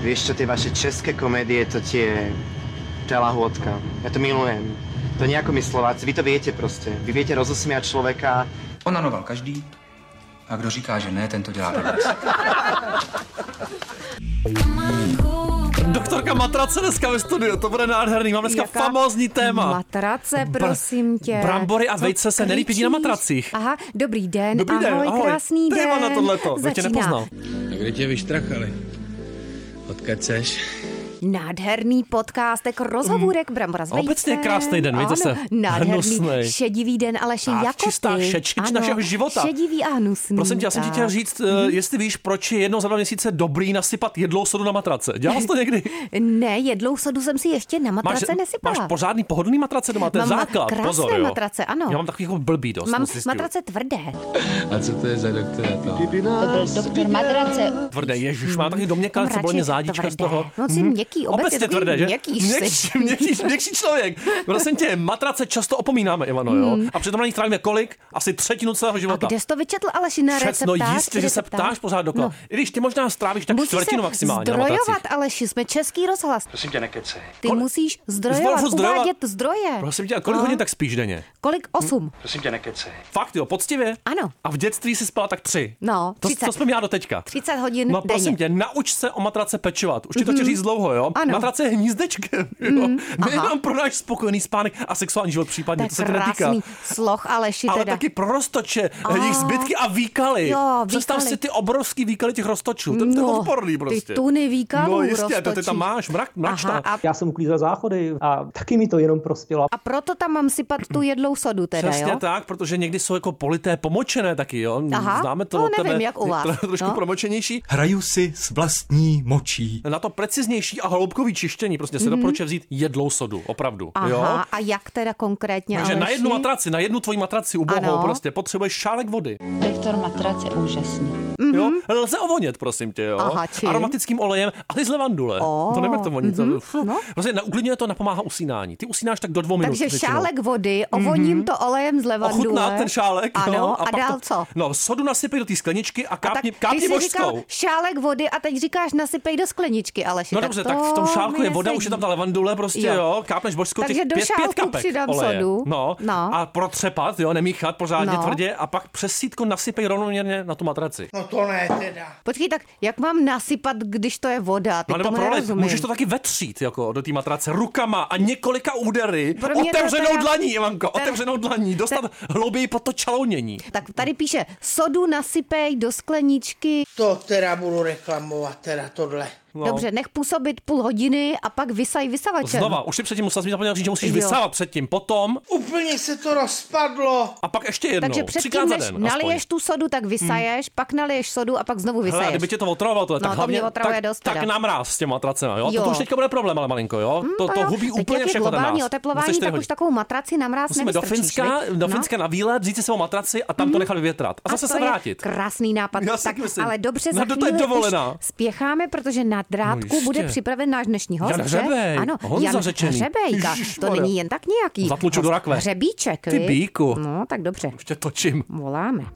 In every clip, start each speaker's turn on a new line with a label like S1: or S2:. S1: Vieš čo, tie vaše české komédie, to tie telahôdka. Ja to milujem. To nejako my Slováci, vy to viete proste. Vy viete rozosmiať človeka.
S2: Onanoval každý a kdo říká, že ne, ten to dělá dobře.
S3: Doktorka Matrace dneska ve studiu, to bude nádherný. Mám dneska
S4: Jaká
S3: famózní téma.
S4: Matrace, prosím tě.
S3: brambory a
S4: Co
S3: vejce se nelíp jedí na
S4: kričíš?
S3: matracích.
S4: Aha, dobrý den,
S3: Dobrý den,
S4: ahoj,
S3: ahoj.
S4: krásný den.
S3: Téma na tohleto, kdo tě
S4: Začíná
S3: nepoznal.
S5: No kde tě vyštrachali? Odkud seš?
S4: nádherný podcastek, rozhovůrek Brambora s vejcem.
S3: Mhm. Obecně krásný den, viď,
S4: Ano,
S3: zase
S4: Nádherný,
S3: hnusnej.
S4: šedivý den, ale še
S3: Tak,
S4: jako
S3: čistá
S4: ty.
S3: šečič
S4: Ano,
S3: našeho života.
S4: Šedivý a hnusný.
S3: Prosím tě, já jsem ti
S4: tak. Mhm.
S3: chtěl říct, eh, jestli víš, proč je jednou za dva měsíce dobrý nasypat jedlou sodu na matrace. Dělal jsi to někdy?
S4: Ne, jedlou sodu jsem si ještě na matrace nesypala.
S3: máš pořádný pohodlný matrace doma, to je
S4: Mám
S3: základ.
S4: krásné
S3: Pozor, jo.
S4: matrace, ano.
S3: Já mám takový jako blbý dost.
S4: Mám
S3: musím zjistit.
S4: matrace tvrdé.
S5: A co to je za no? doktora tam?
S6: Doktor Madrace,
S3: Tvrdé, ježiš, mám takový doměkal,
S4: Mám
S3: co bylo mě
S4: radši
S3: zádička z
S4: tvrdé.
S3: toho.
S4: No, jsi
S3: Mhm.
S4: měkký, obecně takový
S3: tvrdé, že?
S4: měkký
S3: Měkší,
S4: jsi.
S3: měkký, měkší člověk. Prosím tě, matrace často opomínáme, Ivano, jo? A přitom na nich trávíme kolik? Asi třetinu celého života.
S4: Mhm. A kde jsi to vyčetl, Aleši, na
S3: Přesno,
S4: receptář?
S3: no, jistě, že
S4: Kde
S3: se
S4: to ptáš?
S3: ptáš pořád dokola.
S4: No.
S3: I když ty možná strávíš tak
S4: Musíš
S3: čtvrtinu
S4: se
S3: maximálně no, na matracích.
S4: zdrojovat, Aleši, jsme český rozhlas.
S2: Prosím tě, nekecej.
S4: Ty musíš zdrojovat,
S3: Znovu zdrojovat?
S4: uvádět zdroje.
S3: Prosím tě, Hm, a kolik
S4: No.
S3: hodin tak spíš denně?
S4: Kolik? Osm.
S2: Prosím tě, nekecej.
S3: Fakt jo, poctivě?
S4: Ano.
S3: A v dětství si spala tak tři.
S4: No,
S3: to,
S4: 30.
S3: to jsem já do teďka.
S4: 30 hodin
S3: No prosím
S4: denně. Mhm.
S3: tě, nauč se o matrace pečovat. Už ti to chci říct dlouho, jo?
S4: Ano. Mhm,
S3: Matrace je hnízdečkem, jo? Nejenom
S4: Aha.
S3: pro náš spokojený spánek a sexuální život případně, to se
S4: to je
S3: tě netýká.
S4: krásný sloh, Aleši,
S3: Ale
S4: teda.
S3: taky pro roztoče, jejich zbytky a výkaly.
S4: Jo,
S3: Představ
S4: výkaly.
S3: si ty obrovský výkaly těch roztočů, to, to je
S4: No,
S3: odporný prostě.
S4: Ty tuny výkalů
S3: No jistě, to ty tam
S4: roztočí.
S3: máš, mrak, mračta.
S4: Aha, a,
S7: Já jsem uklízel záchody a taky mi to jenom prospělo.
S4: a proto tam mám sypat tu jedlou sodu teda,
S3: Přesně
S4: jo?
S3: tak, protože někdy jsou jako polité pomočené taky, jo.
S4: Aha,
S3: Známe to
S4: no,
S3: od tebe.
S4: nevím, jak u vás.
S3: Některé trošku
S4: No.
S3: promočenější.
S8: Hraju si s vlastní močí.
S3: Na to preciznější a hloubkový čištění prostě se doporučuje vzít jedlou sodu, opravdu.
S4: Mhm. Aha,
S3: jo?
S4: a jak teda konkrétně,
S3: Takže na
S4: Aleši?
S3: jednu matraci, na jednu tvoji matraci ubohou
S4: Ano.
S3: prostě potřebuješ šálek vody.
S6: doktor Matrace, úžasný.
S3: Jo? Lze ovonět, prosím tě, jo.
S4: Mhm. Aha, čím?
S3: Aromatickým olejem, ale z levandule.
S4: Ó,
S3: To neberte voní. Mm-hmm. To,
S4: no.
S3: Vlastně na, uklidňuje to, napomáhá usínání. Ty usínáš tak do dvou minut.
S4: Takže
S3: většinou.
S4: šálek vody, ovoním to olejem z levandule.
S3: Ochutnat ten šálek.
S4: Ano,
S3: jo,
S4: a,
S3: pak
S4: dál
S3: to,
S4: co?
S3: No, sodu nasypej do té skleničky a
S4: tak
S3: kápni,
S4: ty
S3: kápni
S4: jsi
S3: božskou.
S4: říkal šálek vody a teď říkáš nasypej do skleničky, Aleši.
S3: No dobře,
S4: to
S3: tak v tom šálku
S4: mi
S3: je voda,
S4: nesedí.
S3: už je tam ta levandule, prostě jo,
S4: Jo.
S3: jo kápneš božskou
S4: Takže
S3: těch
S4: do
S3: pět, pět
S4: šálku
S3: kapek
S4: přidám
S3: oleje.
S4: sodu.
S3: No,
S4: No.
S3: a protřepat, jo, nemíchat pořádně
S4: No.
S3: tvrdě a pak přes sítko nasypej rovnoměrně na tu matraci. No,
S4: Počkej, tak jak mám nasypat, když to je voda? Teď
S3: a No nebo
S4: tomu
S3: prolej,
S4: nerozumím.
S3: můžeš to taky vetřít jako do té matrace rukama a několika údery,
S4: Pro mě to
S3: otevřenou
S4: teda-
S3: dlaní, Ivanko,
S4: teda-
S3: otevřenou dlaní, dostat hlouběji pod to čalounění.
S4: Tak tady píše, sodu nasypej do skleničky.
S9: To teda budu reklamovat, teda tohle.
S3: No.
S4: Dobře, nech působit půl hodiny a pak vysaj vysavačem.
S3: Znova, už si předtím musel zapomněl říct, že musíš
S4: Jo.
S3: vysávat předtím, potom
S9: Úplně se to rozpadlo.
S3: a pak ještě jednou,
S4: Takže předtím,
S3: třikrát za
S4: než
S3: den. Hmm.
S4: naliješ tu sodu, tak vysaješ, pak naliješ sodu a pak znovu
S3: Hele, a
S4: vysaješ.
S3: kdyby tě to otravovalo, tohle,
S4: No,
S3: tak
S4: to
S3: hlavně
S4: mě otravuje
S3: tak,
S4: dost
S3: tak
S4: teda.
S3: na mráz s těma matracema, jo? To, to už
S4: Jo.
S3: teďka bude problém, ale malinko, jo? to, to
S4: No jo.
S3: hubí
S4: Teď
S3: úplně
S4: jak je
S3: všechno ten
S4: globální
S3: mráz.
S4: oteplování,
S3: Musíš
S4: tak
S3: tady
S4: už takovou matraci na mráz
S3: Musíme do
S4: nevystrčíš,
S3: Finska,
S4: viď?
S3: do
S4: No. Mm.
S3: Finska na výlet, vzít si svou matraci a tam to nechat vyvětrat. A zase
S4: to
S3: se
S4: je
S3: vrátit.
S4: Krásný nápad.
S3: Já si
S4: tak,
S3: myslím.
S4: ale dobře,
S3: No,
S4: za
S3: to je
S4: chvíli
S3: dovolená.
S4: Už spěcháme, protože na drátku
S3: No, jistě.
S4: bude připraven náš dnešní host.
S3: Jan
S4: že?
S3: Hřebej.
S4: Ano,
S3: Honza
S4: Jan
S3: Řečený.
S4: Hřebejka. To
S3: Ježišmarja.
S4: není jen tak nějaký.
S3: Zatluču do
S4: host.
S3: rakve.
S4: Hřebíček.
S3: Ty
S4: viď?
S3: bíku.
S4: No, tak dobře.
S3: Ještě točím.
S4: Voláme.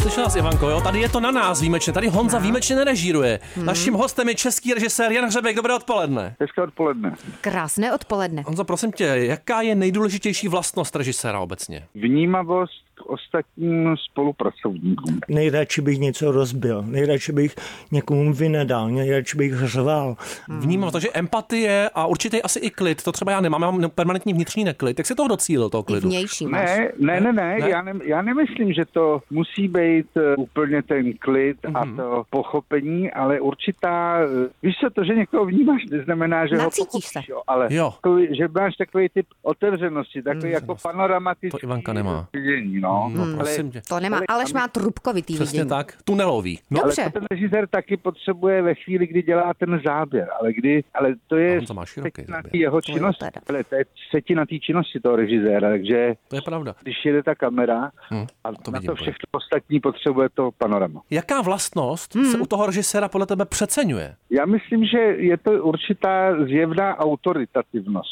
S3: Slyšela nás Ivanko, jo? Tady je to na nás výjimečně. Tady
S4: No.
S3: Honza výjimečně nerežíruje.
S4: Mm.
S3: Naším hostem je český režisér Jan Hřebek. Dobré odpoledne.
S10: Hezké odpoledne.
S4: Krásné odpoledne.
S3: Honza, prosím tě, jaká je nejdůležitější vlastnost režiséra obecně?
S10: Vnímavost k ostatním spolupracovníkům.
S7: Nejradši bych něco rozbil, nejradši bych někomu vynedal, nejradši bych řval.
S4: Mm.
S3: Vnímám to, že empatie a určitě asi i klid, to třeba já nemám, já mám permanentní vnitřní neklid. Jak se toho docílil, toho
S4: I
S3: klidu?
S4: vnější máš.
S10: Ne, ne, ne, ne,
S3: Ne.
S10: Já, ne já nemyslím, že to musí být eh, úplně ten klid a to pochopení, ale určitá, eh, víš co, to, že někoho vnímáš, neznamená, že
S4: Nacítíš
S10: ho pochopíš,
S4: se.
S10: Jo, ale
S3: Jo.
S10: Takový, že máš takový typ otevřenosti,
S3: Hmm.
S10: takový jako panoramatický
S3: To Ivanka nemá.
S10: vidění, no.
S3: No, prosím tě.
S4: To nemá. Aleš má trubkovitý
S3: Přesně
S4: vidění.
S3: tak, tunelový. No,
S10: Ale
S4: Dobře.
S10: to ten režisér taky potřebuje ve chvíli, kdy dělá ten záběr, ale kdy, ale to
S3: A
S10: je
S3: on to má široký
S10: setina
S3: záběr.
S10: tý jeho
S4: To jo,
S10: činnosti,
S4: teda.
S10: ale to je setina té činnosti toho režiséra, takže
S3: to je pravda.
S10: když jede ta kamera
S3: Hm,
S10: a
S3: to
S10: to na
S3: vidím,
S10: to
S3: pojď.
S10: všechno ostatní potřebuje to panorama.
S3: Jaká vlastnost
S10: Mhm.
S3: hmm. se u toho režiséra podle tebe přeceňuje?
S10: Já myslím, že je to určitá zjevná autoritativnost.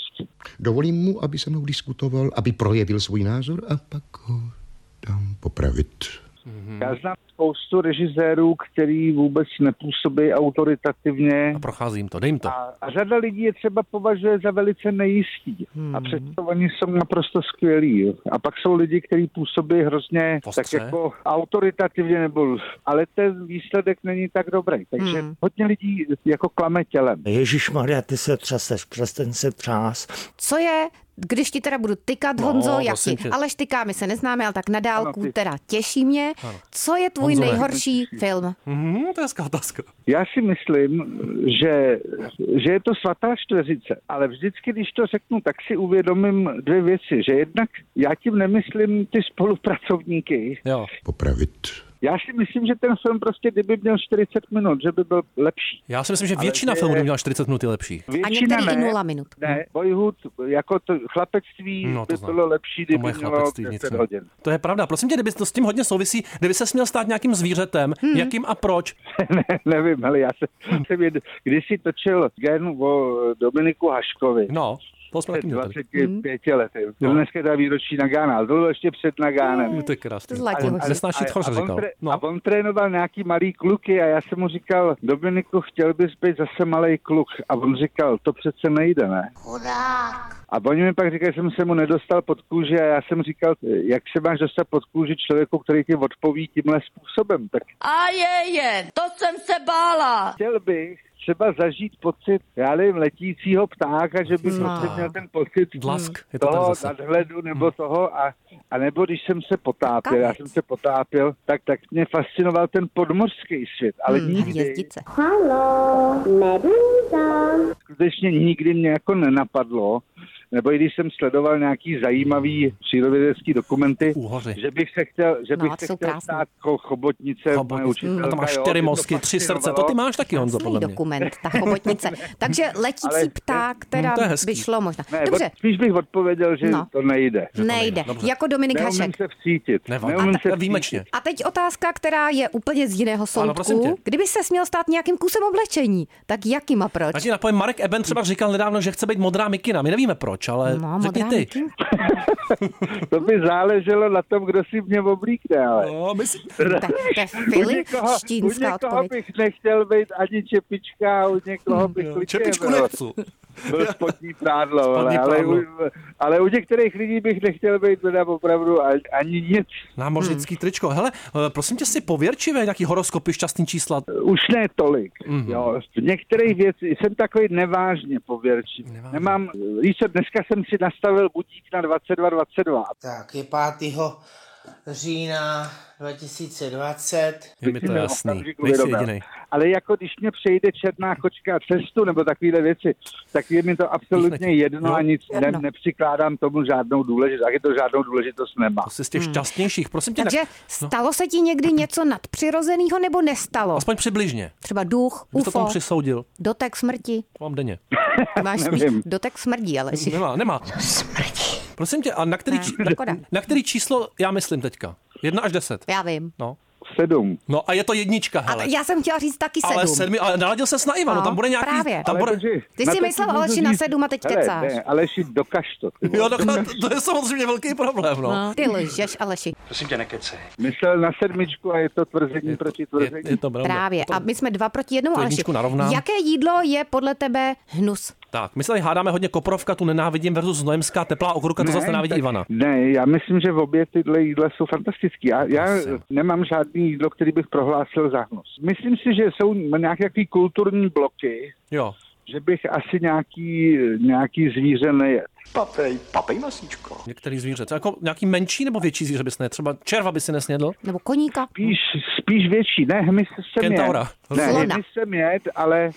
S8: Dovolím mu, aby se mnou diskutoval, aby projevil svůj názor a pak ho
S11: dám popravit.
S10: Já znám spoustu režisérů, který vůbec nepůsobí autoritativně.
S3: A procházím to, dej jim to.
S10: A, a řada lidí je třeba považuje za velice nejistý. A přesto oni jsou naprosto skvělí. jo. A pak jsou lidi, kteří působí hrozně
S3: Ostře.
S10: tak jako autoritativně, nebo, ale ten výsledek není tak dobrý. Takže hodně lidí jako klame tělem.
S7: Ježíš Maria, ty se třeseš, přestaň se třás.
S4: Co je, když ti teda budu tykat,
S3: No,
S4: Honzo, jak
S3: prosím
S4: ti,
S3: tě.
S4: Aleš tyká, my se neznáme, ale tak na dálku
S10: Ano, ty-
S4: teda těší mě. Co je tvůj
S3: Honzo, ne.
S4: nejhorší film?
S3: Mhm, to je hezká otázka.
S10: Já si myslím, že, že je to svatá čtveřice, ale vždycky, když to řeknu, tak si uvědomím dvě věci, že jednak já tím nemyslím ty spolupracovníky.
S3: Jo.
S11: Popravit.
S10: Já si myslím, že ten film prostě, kdyby měl 40 minut, že by byl lepší.
S3: Já si myslím, že
S10: Ale
S3: většina
S10: že-
S3: filmů by měla 40 minut je lepší.
S4: A
S10: Většina
S4: některý i
S10: ne,
S4: nula minut. Hmm,
S10: ne, Boyhood, jako to chlapectví
S3: No,
S10: no,
S3: to
S10: to by
S3: znám.
S10: bylo
S3: To
S10: lepší, kdyby
S3: moje
S10: mělo
S3: chlapectví
S10: 10
S3: vnitřní.
S10: hodin.
S3: To je pravda. Prosím tě, kdyby to s tím hodně souvisí, kdyby se směl stát nějakým zvířetem, jakým a proč?
S10: ne, nevím, ale já jsem, jsem jed, když si točil gen o Dominiku Haškovi.
S3: No, to jsme
S10: před
S3: taky měli. tady. No.
S10: 25 lety. Dneska je ta výročí Nagána, ale to bylo ještě před Nagánem.
S3: Mm, To je krásný.
S4: To zlatilo.
S3: On Nesnáší tchoř,
S10: a, on
S3: říkal.
S10: tré-
S3: No.
S10: a on trénoval nějaký malý kluky a já jsem mu říkal, Dominiku, chtěl bys být zase malý kluk. A on říkal, to přece nejde, ne? A oni mi pak říkali, že jsem se mu nedostal pod kůži a já jsem říkal, jak se máš dostat pod kůži člověku, který ti odpoví tímhle způsobem. Tak
S6: A je, je, to jsem se bála.
S10: chtěl bych třeba zažít pocit, já nevím, letícího ptáka, že bych prostě měl ten pocit
S3: Dlask, No. je to tady
S10: toho
S3: zase.
S10: nadhledu
S4: Hmm.
S10: nebo toho a, a nebo když jsem se potápěl, já jsem se potápěl, tak, tak mě fascinoval ten podmořský svět, ale
S4: Hmm, a
S10: nikdy,
S4: hvězdice.
S10: skutečně nikdy mě jako nenapadlo, nebo i když jsem sledoval nějaký zajímavý přírodovědecký dokumenty,
S3: Úhoři.
S10: že bych se chtěl, že
S4: No,
S10: bych
S4: a
S10: se
S4: jsou
S10: chtěl
S4: krásný.
S10: stát jako chobotnice,
S3: Chobotnice.
S10: moje učitelka,
S3: A to máš
S10: jo,
S3: čtyři
S10: mě to
S3: mozky, tři srdce, to
S10: fascinovalo.
S3: ty máš taky, Honzo, podle
S4: Krásný
S3: mě.
S4: dokument, ta chobotnice. Takže letící
S10: Ale-
S4: pták,
S3: Hmm,
S4: teda
S3: to je hezký.
S4: by šlo možná.
S10: Ne,
S4: Dobře,
S10: od, spíš bych odpověděl, že
S4: No.
S10: to nejde.
S4: nejde.
S3: Dobře.
S4: Jako Dominik
S10: Neumím
S4: Hašek.
S10: se vcítit.
S3: Nevadí.
S10: Neumím
S3: A
S10: se
S3: tak- výjimečně.
S10: vcítit.
S4: A teď otázka, která je úplně z jiného
S3: prosím tě.
S4: soudku. Kdyby se směl stát nějakým kusem oblečení, tak jakým a proč?
S3: Já ti napojím, Marek Eben třeba říkal nedávno, že chce být modrá mikina. My nevíme proč, ale
S4: Hmm. No,
S3: řekni
S4: modrá
S3: ty.
S4: mikina.
S10: To by záleželo na tom, kdo si mě oblíkne, ale...
S3: No, my si...
S4: Tak, to je
S10: U
S4: Fili,
S10: někoho, u
S4: štínská
S10: někoho
S4: odpověď.
S10: bych nechtěl být ani čepička, u někoho bych klidně
S3: Hmm, Čepičku
S10: byl,
S3: nechci.
S10: byl spodní prádlo, spodní
S3: Spodní
S10: ale,
S3: prádlo.
S10: u, ale u některých lidí bych nechtěl být teda opravdu ani, ani nic.
S3: Námořnický
S4: Hmm.
S3: tričko. Hele, eh, prosím tě, si pověrčivé nějaký horoskopy, šťastný čísla.
S10: Už ne tolik.
S3: Mhm.
S10: Mm-hmm. Jo. V některých věcí jsem takový nevážně pověrčivý. Nemám, víš co, dneska jsem si nastavil budík na 22.22
S9: Tak je 5. října 2020.
S3: Je mi to
S10: Většinou
S3: jasný.
S10: okamžik
S3: Nejsi
S10: uvědomil.
S3: jediný.
S10: Ale jako když mě přejde černá kočka cestu nebo takovéhle věci, tak je mi to absolutně
S3: Nechme tě.
S10: jedno
S3: Jo.
S10: a nic ne,
S4: Jedno.
S10: nepřikládám tomu žádnou důležitost. Taky to žádnou důležitost nemá.
S3: To jsi Prostě z těch šťastnějších. Prosím tě,
S4: Hmm. Takže
S3: tak,
S4: stalo se ti někdy něco nadpřirozeného nebo nestalo?
S3: aspoň přibližně.
S4: Třeba duch,
S3: Už to tomu
S4: UFO,
S3: přisoudil.
S4: dotek smrti.
S3: To mám denně.
S4: Máš spíš
S10: Nevím.
S4: dotek smrdí, ale
S3: Nemá, nemá. Prosím tě, a na který,
S4: Ne, jako-
S3: či-
S4: škoda.
S3: na, na který číslo já myslím teďka? Jedna až deset.
S4: já vím.
S3: No.
S10: Sedm.
S3: No a je to jednička, hele.
S4: Ale já jsem chtěla říct taky sedm.
S3: ale sedmi, ale naladil se na Ivanu,
S4: No,
S3: tam bude nějaký...
S4: právě.
S3: Tam bude...
S10: protože-
S4: Ty
S10: na
S4: jsi
S10: to ti
S4: myslel,
S10: můžu
S4: Aleši, na
S10: říct-
S4: sedm a teď
S10: Hele,
S4: kecáš.
S10: Ne, Aleši, dokaž to. Ty. vole.
S3: Jo, no, to je samozřejmě velký problém, no.
S4: No, Ty lžeš, Aleši.
S2: Prosím tě, nekecej.
S10: Myslel na sedmičku a je to tvrzení proti
S3: Je,
S10: tvrzení.
S3: je to pravda.
S4: Právě.
S3: To-
S4: A my jsme dva proti jednomu,
S3: To
S4: Aleši.
S3: jedničku narovnám.
S4: Jaké jídlo je podle tebe hnus?
S3: Tak, my se tady hádáme hodně koprovka, tu nenávidím versus znojemská teplá okruka, to zase nenávidí Ivana.
S10: Ne, já myslím, že obě tyhle jídla jsou fantastické. Já, já
S3: Prosím.
S10: nemám žádný jídlo, který bych prohlásil za hnus. Myslím si, že jsou nějaké takový kulturní bloky,
S3: Jo.
S10: že bych asi nějaký, nějaký zvíře nejet.
S11: Papej, papej masíčko.
S3: Některý zvíře. To jako nějaký menší nebo větší zvíře bys ne? Třeba červa by si nesnědl?
S4: Nebo koníka?
S10: Spíš, spíš větší, ne hmyz jsem
S3: Kentaura.
S10: jet. Ne,
S4: Slona.
S10: hmyz jsem jet, ale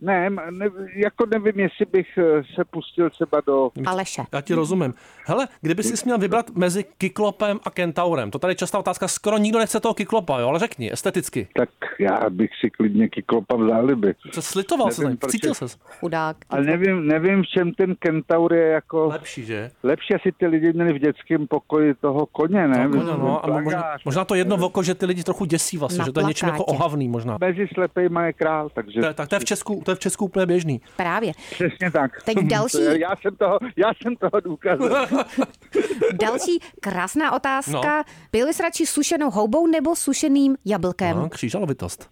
S10: ne, ne, jako nevím, jestli bych eh, se pustil třeba do...
S4: Aleše.
S3: Já ti rozumím. Hele, kdyby jsi měl vybrat mezi kyklopem a kentaurem, to tady je častá otázka, skoro nikdo nechce toho kyklopa, jo, ale řekni, esteticky.
S10: Tak já bych si klidně kyklopa v záliby.
S3: Se slitoval se
S10: Nevím,
S3: ním,
S10: proč
S3: cítil
S10: je-
S3: ses.
S4: Chudák.
S10: Ale nevím, nevím, v čem ten kentaur je jako...
S3: Lepší, že?
S10: Lepší asi ty lidi měli v dětském pokoji toho koně, ne?
S3: No, no, no, a možná,
S10: Plagát.
S3: možná, to jedno voko, že ty lidi trochu děsí vlastně,
S4: Na
S3: že to je něčím jako
S4: plakátě.
S3: ohavný možná.
S10: Mezi slepejma je král, takže...
S3: To je, tak to je v Česku, To je v Česku úplně běžný.
S4: Právě.
S10: Přesně tak.
S4: Teď další.
S10: Já jsem toho, já jsem toho důkazem.
S4: Další krásná otázka. No. Byl jsi radši sušenou houbou nebo sušeným jablkem? Hm,
S3: No, křížalovitost.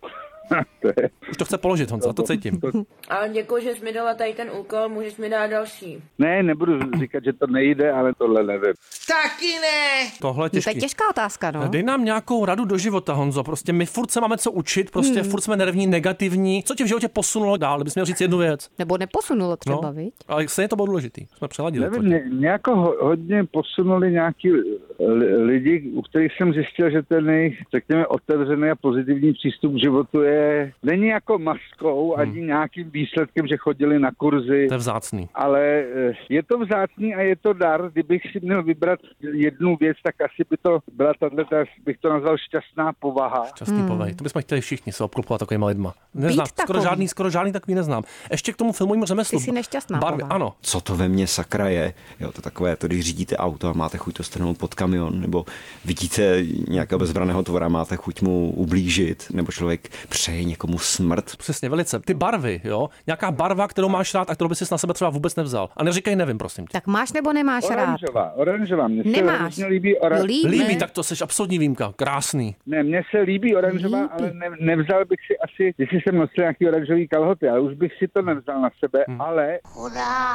S3: Už to chce položit, Honza, to cítím.
S6: Ale děkuji, že jsi mi dala tady ten úkol, můžeš mi dát další.
S10: Ne, nebudu říkat, že to nejde, ale tohle nevím.
S9: Taky ne!
S3: Tohle je
S4: No, to je
S3: těžký.
S4: těžká otázka, no.
S3: Dej nám nějakou radu do života, Honzo. Prostě my furt se máme co učit, prostě
S4: Hmm.
S3: furt jsme nervní, negativní. Co tě v životě posunulo dál? Kdybys měl říct jednu věc.
S4: Nebo neposunulo třeba, no. viď?
S3: ale stejně to bylo důležitý. Jsme přeladili.
S10: Nevím, ně, nějako ho- hodně posunuli nějaký li- lidi, u kterých jsem zjistil, že ten jejich, řekněme, otevřený a pozitivní přístup k životu je, není jako maskou ani nějakým výsledkem, že chodili na kurzy,
S3: To je vzácný.
S10: ale eh, je to vzácný a je to dar. Kdybych si měl vybrat jednu věc, tak asi by to byla tato, bych to nazval šťastná povaha.
S3: Častý hmm. povej. To bychom chtěli všichni se obklopovat takovýma lidma. Neznám,
S4: Být
S3: skoro
S4: takový.
S3: žádný, skoro žádný takový neznám. Ještě k tomu filmovému řemeslu.
S4: Ty jsi nešťastná,
S3: Barvy,
S4: Pavle.
S3: ano.
S12: co to ve mně sakra je. Jo, to je takové, to když řídíte auto a máte chuť to strhnout pod kamion, nebo vidíte nějakého bezbraného tvora, máte chuť mu ublížit, nebo člověk přeje někomu smrt.
S3: Přesně, velice. Ty barvy, jo. Nějaká barva, kterou máš rád a kterou bys si na sebe třeba vůbec nevzal. A neříkej nevím, prosím tě.
S4: Tak máš nebo nemáš rád?
S10: Oranžová, oranžová. Mně se
S4: Nemáš.
S10: hrozně líbí ora...
S4: No, líbí.
S3: Líbí, tak to jsi absolutní výjimka. Krásný.
S10: Ne, mně se líbí oranžová,
S4: Líbí.
S10: líbí. ale ne, nevzal bych si asi, jestli jsem nosil nějaký oranžový kalhoty, ale už bych si to nevzal na sebe,
S3: Hm.
S10: hmm. ale... Chudák!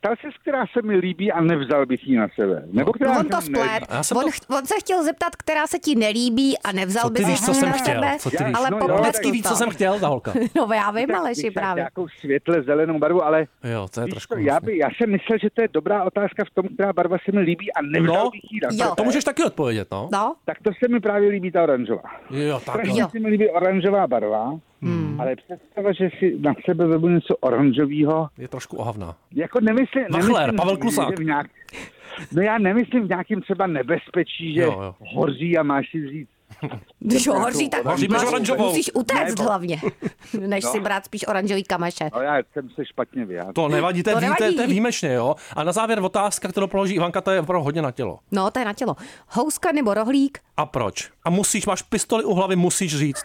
S10: Ptal se, která se mi líbí a nevzal bych ji na sebe.
S3: No,
S10: Nebo která
S4: No, On
S10: se
S4: to
S10: mi
S4: splet.
S10: nelíbí.
S3: A já jsem
S4: On,
S3: to-
S4: ch- on se chtěl zeptat, která se ti nelíbí a nevzal
S3: Co ty
S4: bys
S3: víš, co
S4: ji
S3: jsem
S4: No, na
S3: chtěl?
S4: sebe,
S3: Co ty víš?
S4: ale
S10: No,
S4: no,
S10: jo,
S3: Vždycky víš, co jsem chtěl, ta holka.
S4: No já vím,
S10: Tak
S4: Aleši,
S10: bych šel
S4: právě.
S10: Nějakou světle zelenou barvu, ale...
S3: Jo, to je
S10: Víš
S3: trošku.
S10: co, já, by, já jsem myslel, že to je dobrá otázka v tom, která barva se mi líbí a nevzal
S3: No,
S10: bych ji na
S4: jo.
S10: sebe.
S3: To můžeš taky odpovědět, no?
S4: No,
S10: Tak to se mi právě líbí ta oranžová.
S3: Jo, tak
S10: Strašně
S3: jo.
S10: se mi líbí oranžová barva, hmm. ale představa, že si na sebe vezmu něco oranžového,
S3: Je trošku ohavná.
S10: Jako nemyslím...
S3: Machler,
S10: nemyslím
S3: Pavel
S10: že
S3: Klusák.
S10: v Nějak, no já nemyslím v nějakým třeba nebezpečí, že
S3: Jo, jo.
S10: jo, jo. hoří a máš si vzít.
S4: když ho hoří, tak
S3: Hoří
S4: máš-
S3: bez oranžovou.
S4: musíš utéct
S10: Nebo-
S4: hlavně, než si brát spíš oranžový kamaše.
S10: No já jsem se špatně vyjádřil.
S3: To nevadí, to je,
S4: No, To
S3: vý- to je,
S4: nevadí.
S3: to je výjimečně, jo. A na závěr otázka, kterou položí Ivanka, to je opravdu hodně na tělo.
S4: No, to je na tělo. Houska nebo rohlík?
S3: A proč? A musíš, máš pistoli u hlavy, musíš říct.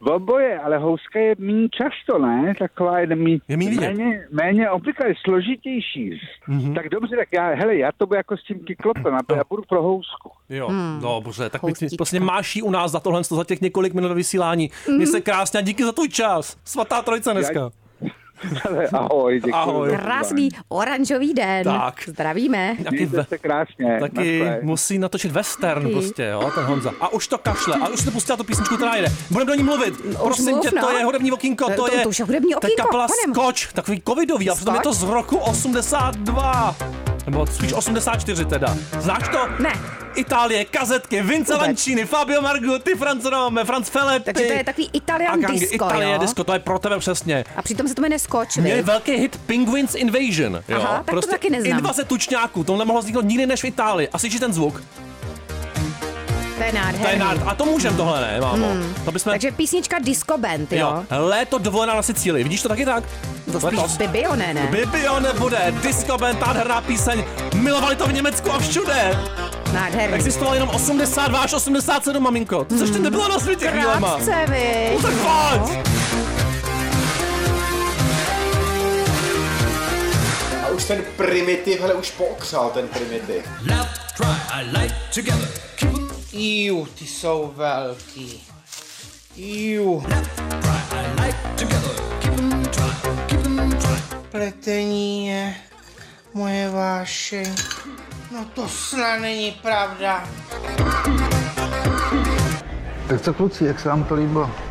S10: V oboje, ale houska je méně často, ne? Taková je, mí,
S3: Je míň vidět. Mhm.
S10: méně, méně obvykle, je složitější. Mm-hmm. Tak dobře, tak já, hele, já to budu jako s tím kyklopem,
S3: No.
S10: a to já budu pro housku.
S3: Jo, hmm. dobře, tak my ti
S4: Houstička.
S3: prostě máší u nás za tohle, za těch několik minut vysílání. Měj
S4: Mhm.
S3: se krásně a díky za tvůj čas. Svatá trojice dneska.
S10: Ale ahoj, děkuji.
S3: Ahoj.
S4: Krásný oranžový den.
S3: Tak.
S4: Zdravíme.
S3: Nějaký
S10: Mějte
S3: ve...
S10: se krásně.
S3: Taky
S10: Naschle.
S3: musí natočit western
S4: Taky.
S3: prostě, jo, ten Honza. A už to kašle, a už se pustila tu písničku, která jde. Budeme do ní mluvit. Prosím tě,
S4: mluv, no.
S3: to je hudební okýnko, to,
S4: To- to-
S3: je...
S4: to už je hudební
S3: to je
S4: okýnko,
S3: kapela
S4: panem.
S3: Skoč, takový covidový, a přitom je to z roku 82. Nebo spíš 84 teda. Znáš to?
S4: Ne.
S3: Itálie, kazetky, Vince
S4: Vůbec.
S3: Lancini, Fabio Margutti, Franz Rome, Franz Felepi.
S4: Takže to je takový Italian
S3: Akangi-
S4: disco,
S3: Itálie
S4: jo?
S3: disco, to je pro tebe přesně.
S4: A přitom se to jmenuje Skoč,
S3: Měli
S4: viď?
S3: velký hit Penguins Invasion. Jo? Prostě
S4: Aha, tak to taky neznám.
S3: Invaze tučňáků, to nemohlo vzniknout nikdy než v Itálii. Asi ten zvuk. To
S4: To je
S3: je
S4: nádherný.
S3: národ. A to můžem tohle, ne, mámo. To bychom...
S4: Hmm. Takže písnička Disco Band,
S3: jo.
S4: jo?
S3: Léto dovolená na Sicílii. Vidíš to taky tak?
S4: To spíš Bibio, ne, ne?
S3: Bibio nebude, disco band, nádherná píseň. Milovali to v Německu a všude.
S4: Nádherný.
S3: Existoval jenom 82 až 87, maminko. To Což ty nebylo na světě chvílema.
S4: Krátce,
S3: No
S4: viď?
S3: tak pojď!
S11: A už ten primitiv, hele, už pookřál ten primitiv.
S9: Jú, ty jsou velký. Jú. Pletení je moje vášeň. No to snad není pravda.
S13: Tak co kluci, jak se vám to líbilo?